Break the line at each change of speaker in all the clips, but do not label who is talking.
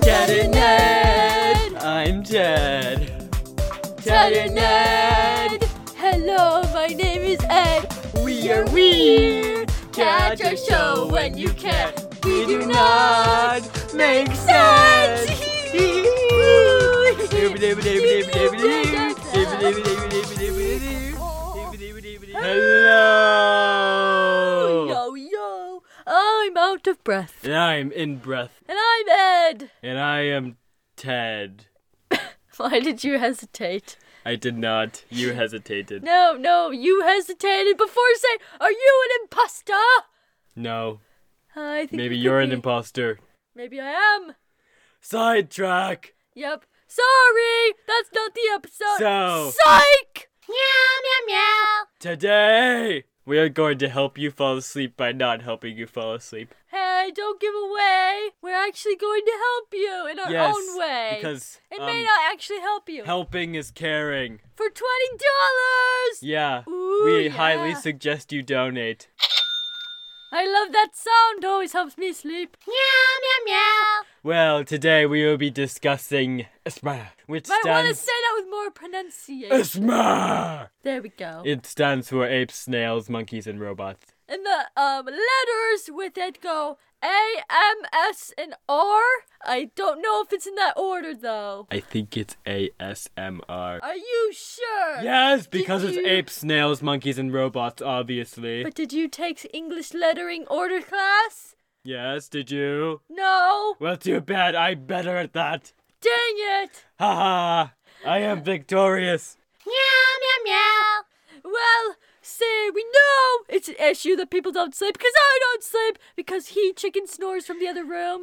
Tattered Nerd! I'm Ted.
Tattered Nerd! Hello, my name is Ed.
We are weird!
Catch our show when you can.
We do not make sense! Hello!
Yo, yo. I'm out of breath.
And I'm in breath,
And I'm Ed.
and I am Ted.
Why did you hesitate?
I did not. You hesitated.
No, no, you hesitated before saying, Are you an imposter?
No.
I think
Maybe
it could
you're an
be.
imposter.
Maybe I am.
Sidetrack!
Yep. Sorry, that's not the episode.
So-
Psych! Meow, meow, meow.
Today, we are going to help you fall asleep by not helping you fall asleep.
Hey, don't give away. We're actually going to help you in our
yes,
own way.
because
it
um,
may not actually help you.
helping is caring.
For twenty dollars.
Yeah,
Ooh,
we highly
yeah.
suggest you donate.
I love that sound. Always helps me sleep. Meow, meow, meow.
Well, today we will be discussing ISMA, which
Might want to
stands
say that with more pronunciation.
ISMA.
there we go.
It stands for apes, snails, monkeys, and robots.
and the um letters with it go A, M, S, and R. I don't know if it's in that order though.
I think it's ASMR.
Are you sure?
Yes, because it's
Uh, you-
apes, snails, monkeys, and robots, obviously.
But did you take English lettering order class?
yes, did you?
No.
Well, too bad. I'm better at that.
Dang it.
Ha ha! I am victorious.
Meow, meow, meow. Well, say we know it's an issue that people don't sleep because I don't sleep because he chicken snores from the other room.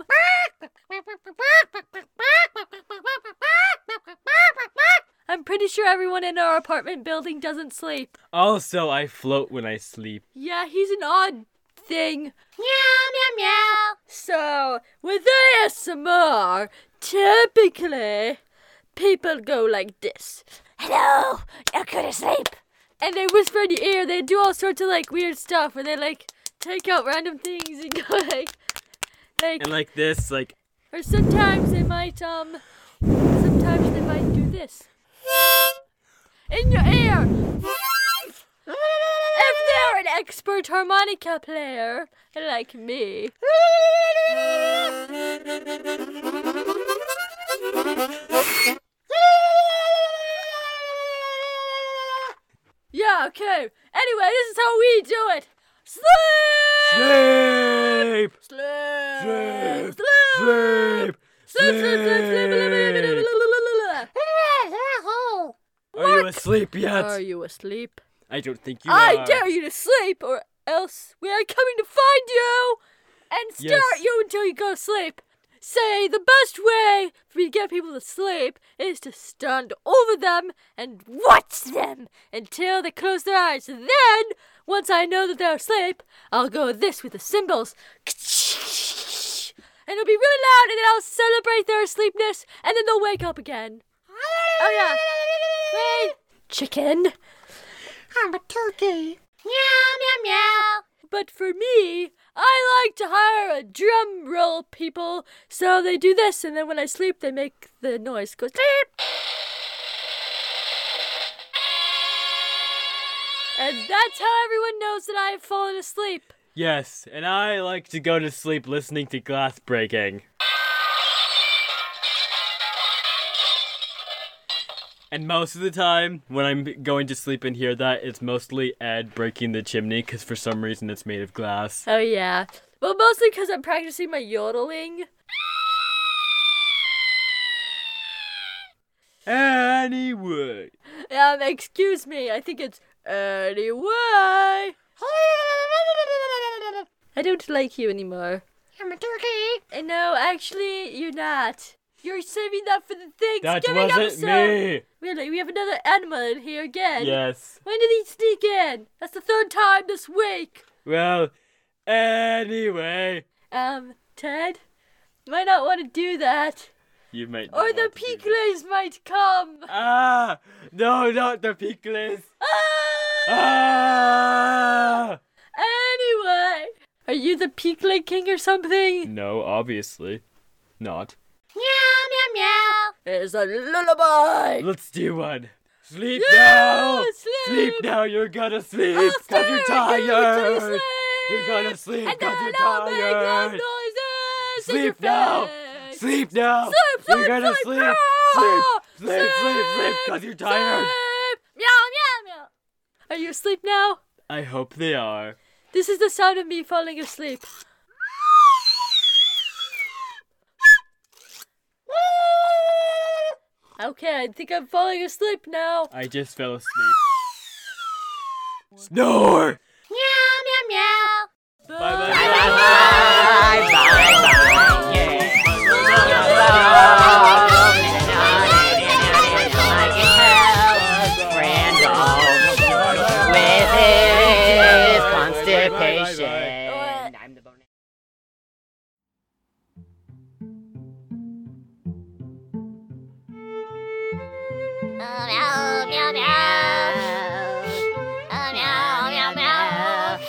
I'm pretty sure everyone in our apartment building doesn't sleep.
Also, I float when I sleep.
Yeah, he's an odd thing. Meow, meow, meow. So, with ASMR, typically people go like this Hello, now go to sleep. And they whisper in your ear, they do all sorts of like weird stuff where they like take out random things and go like, like,
And like this, like
or sometimes they might, um, sometimes they might do this in your ear. If they're an expert harmonica player like me, yeah, okay. Anyway, this is how we do it. Sleep,
sleep,
sleep,
Sleep.
sleep,
sleep,
sleep,
sleep.
sleep, sleep,
Are you asleep
Are
yet?
you asleep?
I don't think you uh, are.
I dare you to sleep, or else we are coming to find you and stare
Yes.
at you until you go to sleep. Say the best way for you to get people to sleep is to stand over them and watch them until they close their eyes. Then, once I know that they're asleep, I'll go this with the cymbals. And it'll be really loud, and then I'll celebrate their asleepness, and then they'll wake up again. Oh, yeah. Wait. Chicken.
I'm a turkey.
But for me, I like to hire a drum roll people. So they do this, and then when I sleep, they make the noise go sleep. And that's how everyone knows that I have fallen asleep.
Yes, and I like to go to sleep listening to glass breaking. And most of the time, when I'm going to sleep and hear that, it's mostly Ed breaking the chimney because for some reason it's made of glass.
Oh, yeah. Well, mostly because I'm practicing my yodeling.
Anyway,
Um, excuse me, I think it's anyway. I don't like you anymore.
I'm a turkey.
Uh, No, actually, you're not. You're saving that for the
that
Thanksgiving
wasn't
episode.
me.
Really, we have another animal in here again.
Yes.
When did he sneak in? That's the third time this week.
Well, anyway,
Um, Ted, might not want to do that,
you might. not
or the
want to do that.
pigles might come.
Ah, no, not the peakless.
Ah!
Ah.
Anyway, Are you the Peakling King or something?
No, obviously. Not.
Meow, meow, meow.
It's a lullaby.
Let's do one. Sleep
Yeah,
now!
sleep!
now, you're gonna sleep!
I'll
Cause you're
stare you till
tired!
you
You're gonna sleep
And
cause you're
then I'll make loud
tired!
noises in your
Sleep now!
face.
Sleep now!
Sleep,
You're
sleep,
gonna
sleep,
sleep! Sleep!
ah!
Sleep, sleep, sleep, cause you're tired!
Sleep. Meow, meow, meow. Are you asleep now?
I hope they are.
This is the sound of me falling asleep. Okay, I think I'm falling asleep now.
I just fell asleep. Snore!
Meow, meow, meow.
Bye bye
constipation. I'm the bonus.
Oh, meow, meow, meow. Oh, meow, meow, meow.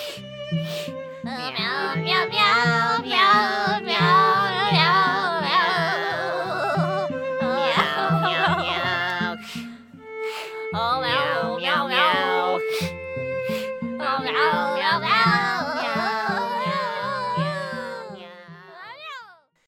Oh, meow, meow, meow, meow, meow, meow, meow. Oh, meow, meow, meow. Oh, meow, meow, meow. Oh, meow, meow, meow.